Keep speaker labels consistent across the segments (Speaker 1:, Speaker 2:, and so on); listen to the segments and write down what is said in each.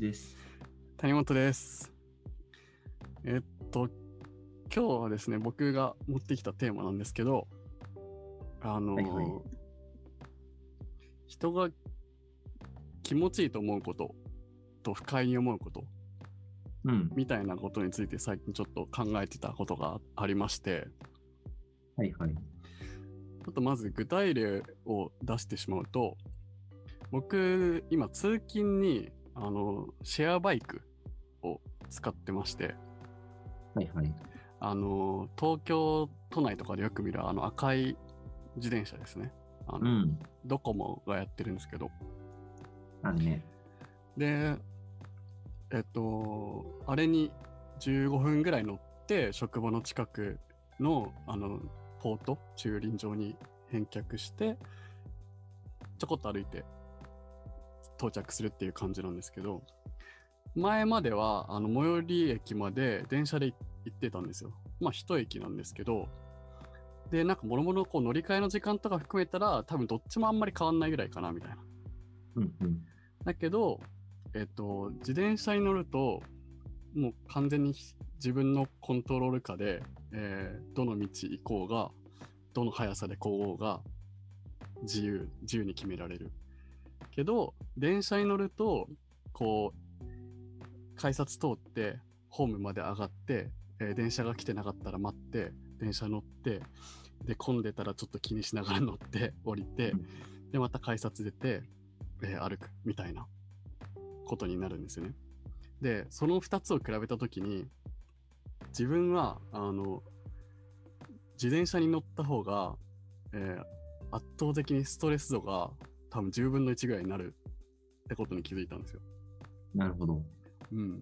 Speaker 1: です。
Speaker 2: 谷本です。えっと、今日はですね、僕が持ってきたテーマなんですけど、あの、
Speaker 1: はいはい
Speaker 2: 人が気持ちいいと思うことと不快に思うこと
Speaker 1: うん。
Speaker 2: みたいなことについて最近ちょっと考えてたことがありまして、
Speaker 1: はいはい。
Speaker 2: ちょっとまず具体例を出してしまうと、僕、今通勤に、あの、シェアバイクを使ってまして、
Speaker 1: はいはい。
Speaker 2: あの、東京都内とかでよく見るあの赤い自転車ですね。あ
Speaker 1: う
Speaker 2: の、
Speaker 1: ん。
Speaker 2: ドコモがやってるんですけど。
Speaker 1: あのね。
Speaker 2: で、えっと、あれに15分ぐらい乗って、職場の近くの、あの、ポート、駐輪場に返却して、ちょこっと歩いて到着するっていう感じなんですけど、前までは、あの、最寄り駅まで電車で行ってたんですよ。まあ、一駅なんですけど、で、なんか、もろもろこう乗り換えの時間とか含めたら、多分どっちもあんまり変わんないぐらいかな、みたいな。
Speaker 1: うんうん。
Speaker 2: だけど、えっと、自転車に乗ると、もう完全に自分のコントロール下で、えーどの道行こうが、どの速さで行こうが、自由、自由に決められる。けど、電車に乗ると、こう、改札通って、ホームまで上がって、えー電車が来てなかったら待って、電車乗って、で、混んでたらちょっと気にしながら乗って、降りて、で、また改札出て、えー歩くみたいなことになるんですよね。で、その2つを比べたときに、自分は、あの、自転車に乗った方が、えー圧倒的にストレス度が多分10分の1ぐらいになるってことに気づいたんですよ。
Speaker 1: なるほど。
Speaker 2: うん。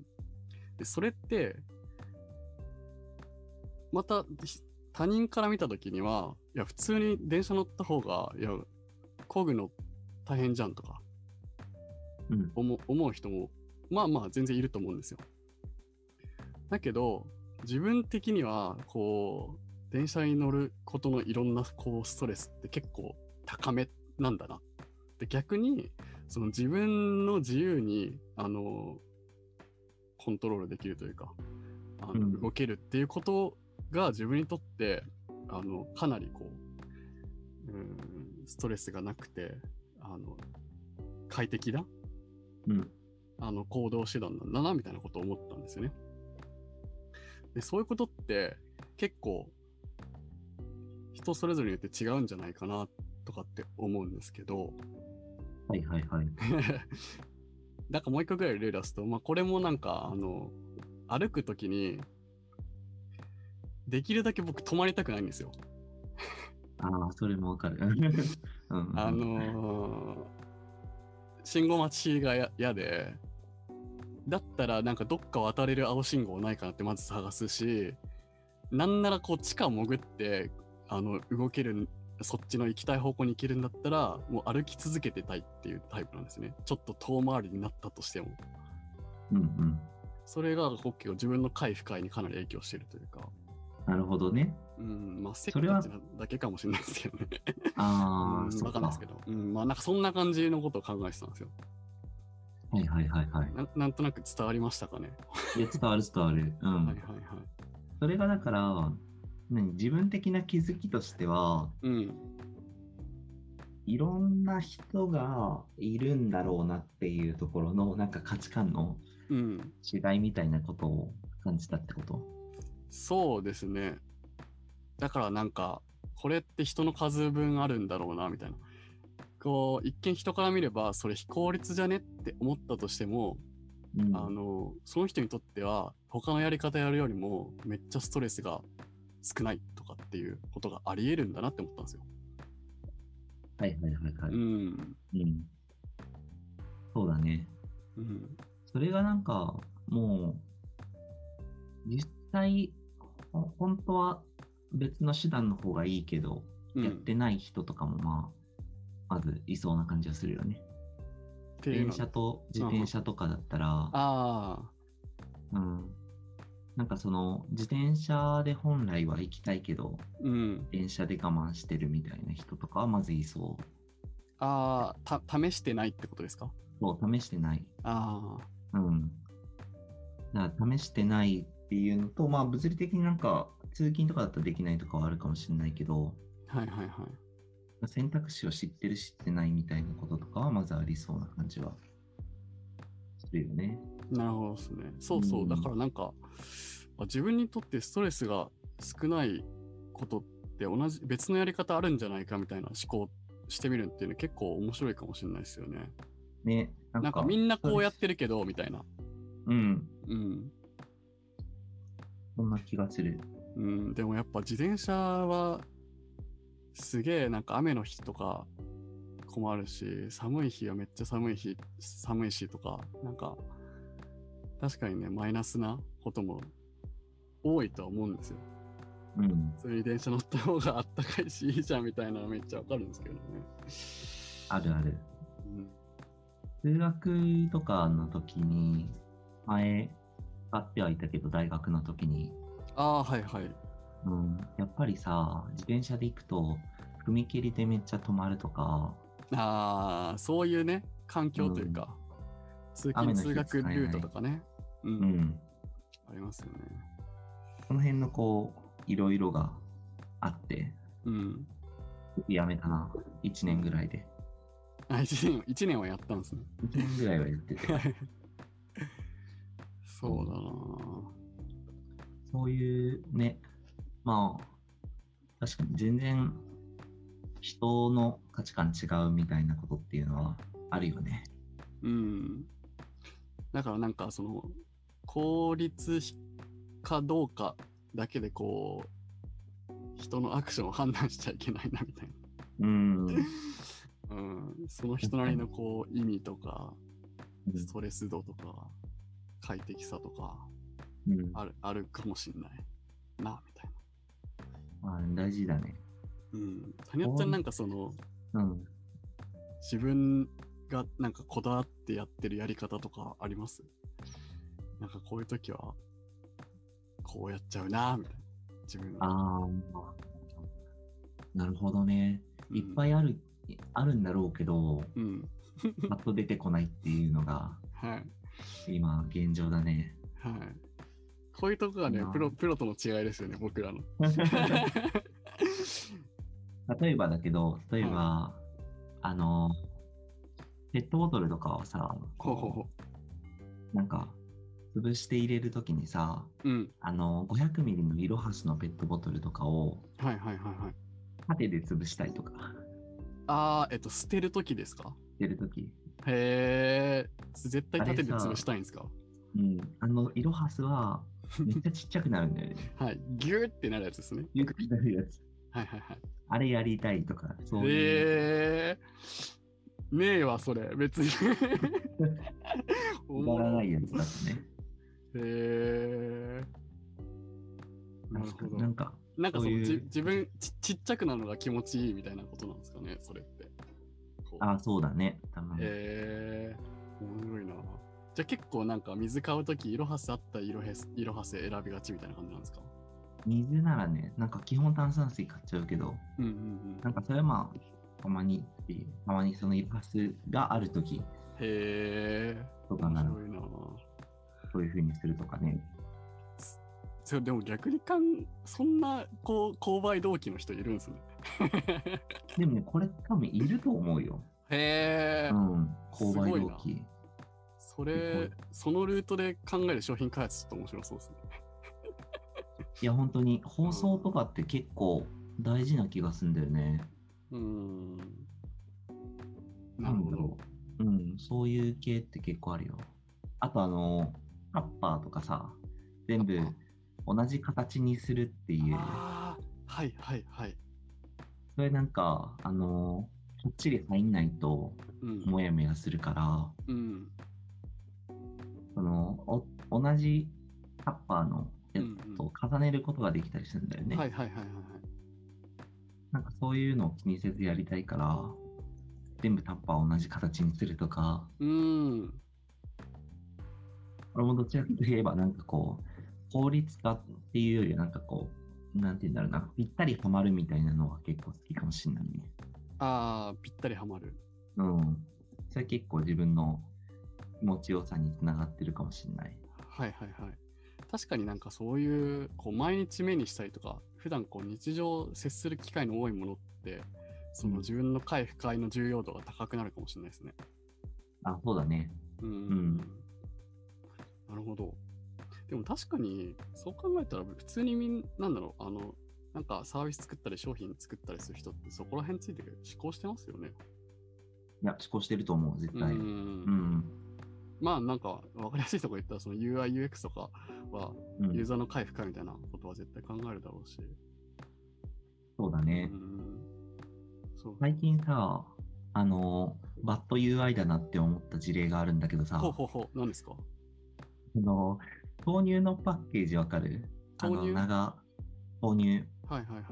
Speaker 2: で、それって、また、ひ他人から見たときには、いや、普通に電車乗った方が、いや、工具の大変じゃんとか、
Speaker 1: うん。
Speaker 2: 思う思う人もまあまあ全然いると思うんですよ。だけど自分的にはこう電車に乗ることのいろんなこうストレスって結構高めなんだな。で逆にその自分の自由にあのコントロールできるというかあの、
Speaker 1: うん
Speaker 2: 動けるっていうことが自分にとってあのかなりこううんストレスがなくてあの快適だ
Speaker 1: うん。
Speaker 2: あの行動手段なんだなみたいなことを思ったんですよね。でそういうことって結構人それぞれによって違うんじゃないかなとかって思うんですけど
Speaker 1: はいはいはい。
Speaker 2: なんかもう一個ぐらい例出すと、まあ、これもなんかあの歩く時にできるだけ僕止まりたくないんですよ。
Speaker 1: ああ、それもわかる。うん。
Speaker 2: あ、のー信号待ちがや嫌で、だったらなんかどっか渡れる青信号ないかなってまず探すし、なんならこう地下潜って、あの、動ける、そっちの行きたい方向に行けるんだったら、もう歩き続けてたいっていうタイプなんですね。ちょっと遠回りになったとしても。
Speaker 1: うんうん。
Speaker 2: それが結構自分の回不快にかなり影響してるというか、
Speaker 1: なるほどね。
Speaker 2: うん、まあ、せっ
Speaker 1: それは
Speaker 2: かちなだけかもしれないですけどね。
Speaker 1: あ
Speaker 2: う
Speaker 1: あ、
Speaker 2: ん
Speaker 1: そ
Speaker 2: わ
Speaker 1: う
Speaker 2: か
Speaker 1: か。
Speaker 2: んないですけど。うん、まあなんかそんな感じのことを考えてたんですよ。
Speaker 1: はいはいはいはい。
Speaker 2: ななんとなく伝わりましたかね。
Speaker 1: いや、伝わる伝わる。う
Speaker 2: はい
Speaker 1: ん。
Speaker 2: はいはい。
Speaker 1: それがだから、何自分的な気づきとしては、
Speaker 2: うん。
Speaker 1: いろんな人がいるんだろうなっていうところの、なんか価値観の
Speaker 2: うん。
Speaker 1: 違いみたいなことを感じたってこと
Speaker 2: そうですね。だからなんか、これって人の数分あるんだろうな、みたいな。こう、一見人から見れば、それ非効率じゃねって思ったとしても、
Speaker 1: うん。
Speaker 2: あの、その人にとっては、他のやり方やるよりも、めっちゃストレスが少ないとかっていうことがあり得るんだなって思ったんですよ。
Speaker 1: はいはいはいは
Speaker 2: う
Speaker 1: い。
Speaker 2: ん。
Speaker 1: うん。そうだね。
Speaker 2: うん。
Speaker 1: それがなんか、もう、実際、ほ本当は別の手段の方がいいけど、
Speaker 2: うん
Speaker 1: やってない人とかもまあ、まずいそうな感じはするよね。
Speaker 2: っていう
Speaker 1: 電
Speaker 2: の
Speaker 1: 車と自転車とかだったら、
Speaker 2: あ
Speaker 1: うん。なんかその、自転車で本来は行きたいけど、
Speaker 2: あ、うん。
Speaker 1: 電車で我慢してるみたいな人とかはまずいそう。
Speaker 2: ああ、た、試してないってことですか
Speaker 1: そう、試してない。
Speaker 2: ああ、
Speaker 1: うん。だから試してないっていうのと、まあ物理的になんか通勤とかだったらできないとかはあるかもしれないけど、
Speaker 2: はいはいはい。
Speaker 1: 選択肢を知ってる知ってないみたいなこととかはまずありそうな感じはするよね。
Speaker 2: なるほどですね。そうそうう、
Speaker 1: ん
Speaker 2: だからなんか、まあ自分にとってストレスが少ないことって同じ、別のやり方あるんじゃないかみたいな思考してみるっていうの結構面白いかもしれないですよね。
Speaker 1: ね、なんか
Speaker 2: なんかみんなこうやってるけど、みたいな。
Speaker 1: うん、
Speaker 2: うん。
Speaker 1: そんな気がする。
Speaker 2: うん、でもやっぱ自転車は、すげえなんか雨の日とか困るし、寒い日はめっちゃ寒い日、寒いしとか、なんか、確かにね、マイナスなことも多いとは思うんですよ。
Speaker 1: うん。
Speaker 2: 普通に電車乗った方があったかいしいいじゃんみたいなのめっちゃわかるんですけどね。
Speaker 1: あるある。
Speaker 2: うん
Speaker 1: 通学とかの時に、前、使ってはいたけど、大学の時に、
Speaker 2: ああ、はいはい。
Speaker 1: うん、やっぱりさ、自転車で行くと、踏切でめっちゃ止まるとか、
Speaker 2: ああ、そういうね、環境というか、通
Speaker 1: 雨
Speaker 2: 勤
Speaker 1: の日
Speaker 2: 通学ルートとかね。うん、
Speaker 1: うん、
Speaker 2: ありますよね。
Speaker 1: この辺のこう、いろいろがあって、
Speaker 2: うん。
Speaker 1: やめたな、1年ぐらいで。
Speaker 2: あ、1年、一年はやったんですね。
Speaker 1: 1年ぐらいはやってて。
Speaker 2: そうだな
Speaker 1: そういうね、まあ、確かに全然人の価値観違うみたいなことっていうのはあるよね。
Speaker 2: ぁうん。だからなんか、その、効率かどうかだけでこう、人のアクションを判断しちゃいけないなみたいな。
Speaker 1: うん。
Speaker 2: うん、その人なりのこう意味とか、
Speaker 1: うん
Speaker 2: ストレス度とか、快適さとか、
Speaker 1: うん
Speaker 2: あるあるかもしんないな、みたいな。
Speaker 1: まあ、大事だね。
Speaker 2: うん。谷川ちゃんなんかその、
Speaker 1: うん。
Speaker 2: 自分がなんかこだわってやってるやり方とかありますなんかこういう時は、こうやっちゃうな、みたいな。自分は。
Speaker 1: ああ、なるほどね。
Speaker 2: うん
Speaker 1: いっぱいある、あるんだろうけど、
Speaker 2: うん。
Speaker 1: パッと出てこないっていうのが
Speaker 2: はい。
Speaker 1: 今現状だね。
Speaker 2: はい。こういうとこがね
Speaker 1: なあ、
Speaker 2: プロ、プロとの違いですよね、僕らの。
Speaker 1: 例えばだけど、例えば、あの、ペットボトルとかをさ、
Speaker 2: ほうほうほ
Speaker 1: なんか、潰して入れるときにさ、
Speaker 2: う。うん。
Speaker 1: あの、500ミリのイロハシのペットボトルとかを、
Speaker 2: はいはいはいはい。
Speaker 1: 縦で潰したりとか、
Speaker 2: あー、えっと、捨てるときですか
Speaker 1: してるとき。
Speaker 2: へえ、絶対縦で
Speaker 1: あれさ
Speaker 2: 潰したいんですか
Speaker 1: うん。あの、イロハシは、めっちゃちっちゃくなるんだよ ね。
Speaker 2: はい。ギューってなるやつですね。
Speaker 1: よくなるやつ。
Speaker 2: はいはいはい。
Speaker 1: あれやりたいとか、そういう。
Speaker 2: へえ、ねえわ、それ。別 に。
Speaker 1: くだらない
Speaker 2: へ
Speaker 1: やつだったね。
Speaker 2: え。なるほど。
Speaker 1: なんか、
Speaker 2: なんかそ
Speaker 1: そうい
Speaker 2: の
Speaker 1: う
Speaker 2: じ自分ち、ちっちゃくなるのが気持ちいいみたいなことなんですかね、それって。こう
Speaker 1: ああ、そうだね。たまに。
Speaker 2: へえ、面白いな。じゃあ結構なんか水買うとき、色はせあった色へ色はせ選びがちみたいな感じなんですか
Speaker 1: 水ならね、なんか基本炭酸水買っちゃうけど、
Speaker 2: うんうんう。
Speaker 1: なんんかそれはまあ、たまに、たまにそのイロハシがあるとき
Speaker 2: へえ。
Speaker 1: とか
Speaker 2: 面
Speaker 1: なら、
Speaker 2: 白いな。
Speaker 1: そういう風にするとかね。
Speaker 2: それでも逆にかん、そんなこう購買動機の人いるんですね。
Speaker 1: でもね、これ多分いると思うよ。
Speaker 2: へえ、
Speaker 1: うん。
Speaker 2: す
Speaker 1: 購
Speaker 2: ご
Speaker 1: 買
Speaker 2: いな
Speaker 1: 動機。
Speaker 2: そ
Speaker 1: すごい
Speaker 2: れ、そのルートで考える商品開発ちょっと面白そうですね。
Speaker 1: いや、本当に、放送とかって結構大事な気がするんだよね。
Speaker 2: うーん。なるほ
Speaker 1: んだ
Speaker 2: ど
Speaker 1: ろ。う。うん、そういう系って結構あるよ。あと、あの、タッパーとかさ、全部
Speaker 2: タッパ
Speaker 1: 同じ形にするっていう。
Speaker 2: ああ、はいはいはい。
Speaker 1: それなんか、あの、こっちで入んないと、
Speaker 2: うん。
Speaker 1: もやもやするから、
Speaker 2: うん。
Speaker 1: そのお同じタッパーのやつ
Speaker 2: う
Speaker 1: と重ねることができたりするんだよね、
Speaker 2: はいはいはいはいはい。
Speaker 1: なんかそういうのを気にせずやりたいから全部タッパーを同じ形にするとか
Speaker 2: うーん。
Speaker 1: 俺もどちらかといえばなんかこう効率化っていうよりはなんかこうなんて言うんだろうなぴったりはまるみたいなのは結構好きかもしれないね
Speaker 2: ああ、ぴったりはまる。
Speaker 1: うんそれ結構自分の気持ちよさにつながってるかもしれない。
Speaker 2: はいはいはい。確かになんかそういう、こう、毎日目にしたりとか、普段こう、日常接する機会の多いものって、その自分の回不快の重要度が高くなるかもしれないですね。
Speaker 1: あ、そうだね。
Speaker 2: うん。
Speaker 1: ん
Speaker 2: なるほど。でも確かに、そう考えたら、普通にみんなんだろう、あの、なんかサービス作ったり商品作ったりする人ってそこら辺ついて思考してますよね。
Speaker 1: いや、思考してると思う、絶
Speaker 2: う。
Speaker 1: 対。うん。うんん。
Speaker 2: まあなんか分かりやすいとこ言ったらその UI、UX とかはユーザーの回復かみたいなことは絶対考えるだろうし。
Speaker 1: そうだね
Speaker 2: う。ん。そう。
Speaker 1: 最近さ、あの、バッド UI だなって思った事例があるんだけどさ、
Speaker 2: ほうほうほう。何ですか
Speaker 1: あの豆乳のパッケージわかるあの
Speaker 2: 豆乳
Speaker 1: 長豆乳。
Speaker 2: はいはいはい。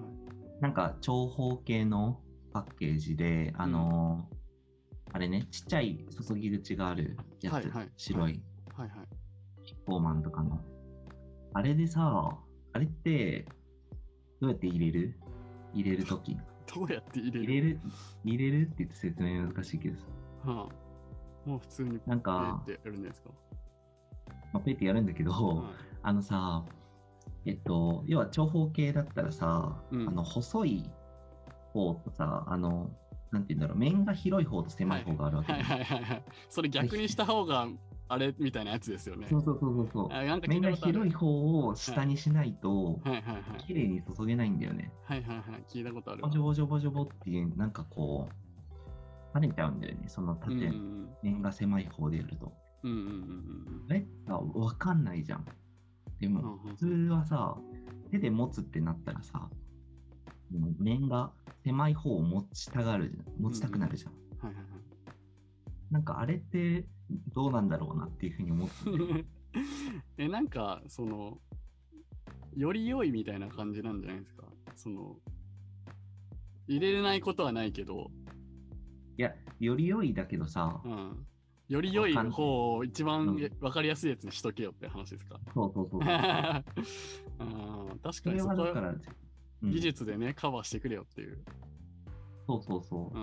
Speaker 1: なんか長方形のパッケージで、あの、あれね、ちっちゃい注ぎ口があるやつ、
Speaker 2: はいはい
Speaker 1: 白い、
Speaker 2: はいはい。
Speaker 1: キッコーマンとかの。あれでさ、あれって、どうやって入れる入れるとき。
Speaker 2: どうやって入れる
Speaker 1: 入れる、入れるって言って説明難しいけどさ、
Speaker 2: はあ、もう普通にペ
Speaker 1: なん
Speaker 2: ー
Speaker 1: か
Speaker 2: っ、てやるんじゃないですか。
Speaker 1: まあ、ペイってやるんだけど、
Speaker 2: はい
Speaker 1: あのさ、えっと、要は長方形だったらさ、
Speaker 2: うん
Speaker 1: あの細い方とさ、あの、なんて言うんだろう、面が広い方と狭い方があるわけ
Speaker 2: はい
Speaker 1: じゃん
Speaker 2: はいはいはい。それ逆にした方があれみたいなやつですよね
Speaker 1: そ。うそうそうそうそう。
Speaker 2: あなんか聞
Speaker 1: 面
Speaker 2: いた
Speaker 1: が
Speaker 2: ことある。は
Speaker 1: 広い
Speaker 2: い
Speaker 1: 方を下にしないと、
Speaker 2: はいはい。
Speaker 1: 綺麗に注げないんだよね。
Speaker 2: はいはいはい。聞いたことある
Speaker 1: ボ
Speaker 2: わ。
Speaker 1: ジョボジョボジョボっていう、なんかこう、跳ねちゃうんだよね、その
Speaker 2: う
Speaker 1: 縦、
Speaker 2: んうん
Speaker 1: 面が狭い方でやると。
Speaker 2: うんうんうん
Speaker 1: あれあわかんないじゃん。で
Speaker 2: うんうんう
Speaker 1: も、
Speaker 2: んうん
Speaker 1: 普通はさ、手で持つってなったらさ、もう面が狭い方を持ちたがるじゃん、持ちたくなるじゃん。
Speaker 2: はいは
Speaker 1: なんかあれってどうなんだろうなっていうふうに 思って
Speaker 2: いはい。え、なんか、その、より良いみたいな感じなんじゃないですか。その、入れれないことはないけど、
Speaker 1: いや、より良いだけどさ、
Speaker 2: うん。より良い方を一
Speaker 1: う
Speaker 2: 番
Speaker 1: ん
Speaker 2: 分かりやすいやつにしとけよって話ですか。
Speaker 1: そうそうそう。
Speaker 2: あー確
Speaker 1: そ
Speaker 2: かに
Speaker 1: れ
Speaker 2: そ
Speaker 1: は
Speaker 2: こ
Speaker 1: だか
Speaker 2: は
Speaker 1: ら、うん
Speaker 2: 技術でね、カバーしてくれよっていう。
Speaker 1: そうそうそう
Speaker 2: う。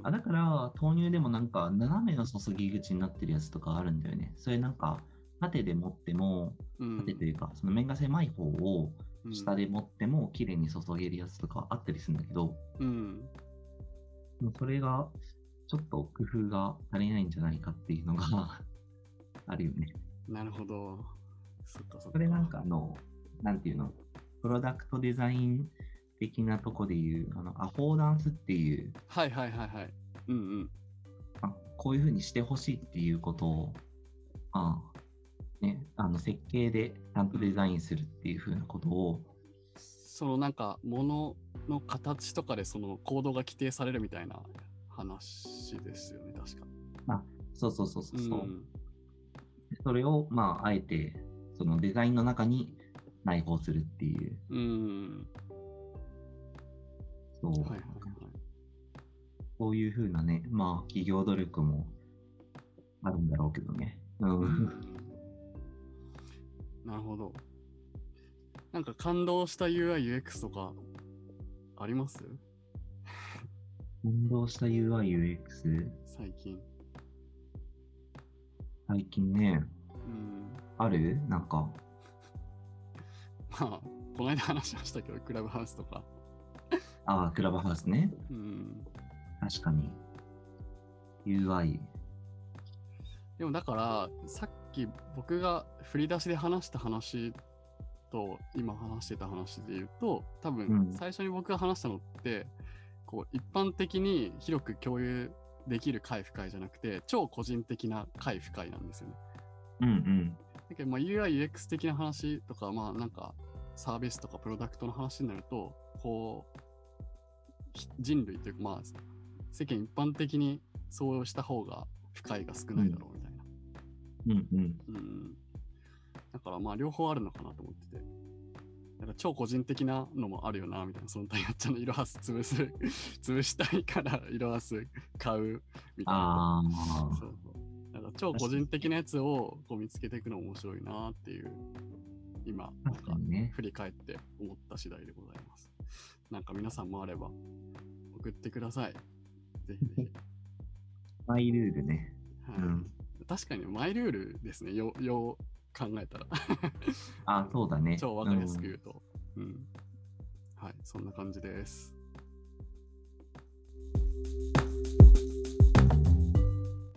Speaker 2: ん。
Speaker 1: あだから、豆乳でもなんか、斜めの注ぎ口になってるやつとかあるんだよね。それなんか、縦で持っても、
Speaker 2: うん
Speaker 1: 縦というか、その面が狭い方を
Speaker 2: うん
Speaker 1: 下で持っても綺麗に注げるやつとかあったりするんだけど、
Speaker 2: うん。
Speaker 1: もうそれがちょっと工夫が足りないんじゃないかっていうのが あるよね。
Speaker 2: なるほど。そっかそっ
Speaker 1: そ
Speaker 2: か。
Speaker 1: れなんかあの、なんていうの、プロダクトデザイン的なとこでいう、あの、アフォーダンスっていう、
Speaker 2: はいはいはいはい。うんうん。
Speaker 1: あこういうふうにしてほしいっていうことを、あね、あの設計でちゃんとデザインするっていうふうなことを、
Speaker 2: そのなんか、ものの形とかでその行動が規定されるみたいな話ですよね、確か。
Speaker 1: そうそうそうそうそう、
Speaker 2: ん。
Speaker 1: それを、まあ、あえて、そのデザインの中に内包するっていう、
Speaker 2: うん。
Speaker 1: そう、
Speaker 2: はいはいはい。
Speaker 1: こういうふうなね、まあ、企業努力もあるんだろうけどね。うん。
Speaker 2: なるほど。なんか感動した UI、UX とかあります
Speaker 1: 運動した UI、UX、
Speaker 2: 最近。
Speaker 1: 最近ね、
Speaker 2: うん。
Speaker 1: あるなんか、
Speaker 2: まあ、この間話しましたけど、クラブハウスとか。
Speaker 1: ああ、クラブハウスね。
Speaker 2: うん。
Speaker 1: 確かに。UI。
Speaker 2: でもだから、さっき僕が振り出しで話した話と、今話してた話で言うと、多
Speaker 1: うん
Speaker 2: 分、最初に僕が話したのって、こう、一般的に広く共有できる回不快じゃなくて、超個人的な回不快なんですよね。
Speaker 1: うんうん。
Speaker 2: だけど、まあ、UI、UX 的な話とか、まあ、なんか、サービスとかプロダクトの話になると、こう、ひ人類というか、まあ、世間一般的にそうした方が不快が少ないだろうみたいな。
Speaker 1: うんうん。
Speaker 2: うん。だから、まあ、両方あるのかなと思ってて。だから、超個人的なのもあるよな、みたいな。そのタイヤちゃんの色はす潰す、 潰したいから色はす買う、みたいな。
Speaker 1: あ
Speaker 2: そうそう。なんか超個人的なやつをこう見つけていくの面白いなっていう、今、
Speaker 1: あ、
Speaker 2: なん
Speaker 1: 確か
Speaker 2: か
Speaker 1: にね。
Speaker 2: 振り返って思った次第でございます。なんか皆さんもあれば送ってください。ぜひぜひ。
Speaker 1: マイルールね。
Speaker 2: はい
Speaker 1: うん
Speaker 2: 確かにマイルールですね、よよう考え たら。
Speaker 1: あ、そうだね。
Speaker 2: 超わかりやす
Speaker 1: う
Speaker 2: く
Speaker 1: ん
Speaker 2: 言うと。うん。はい、そんな感じです。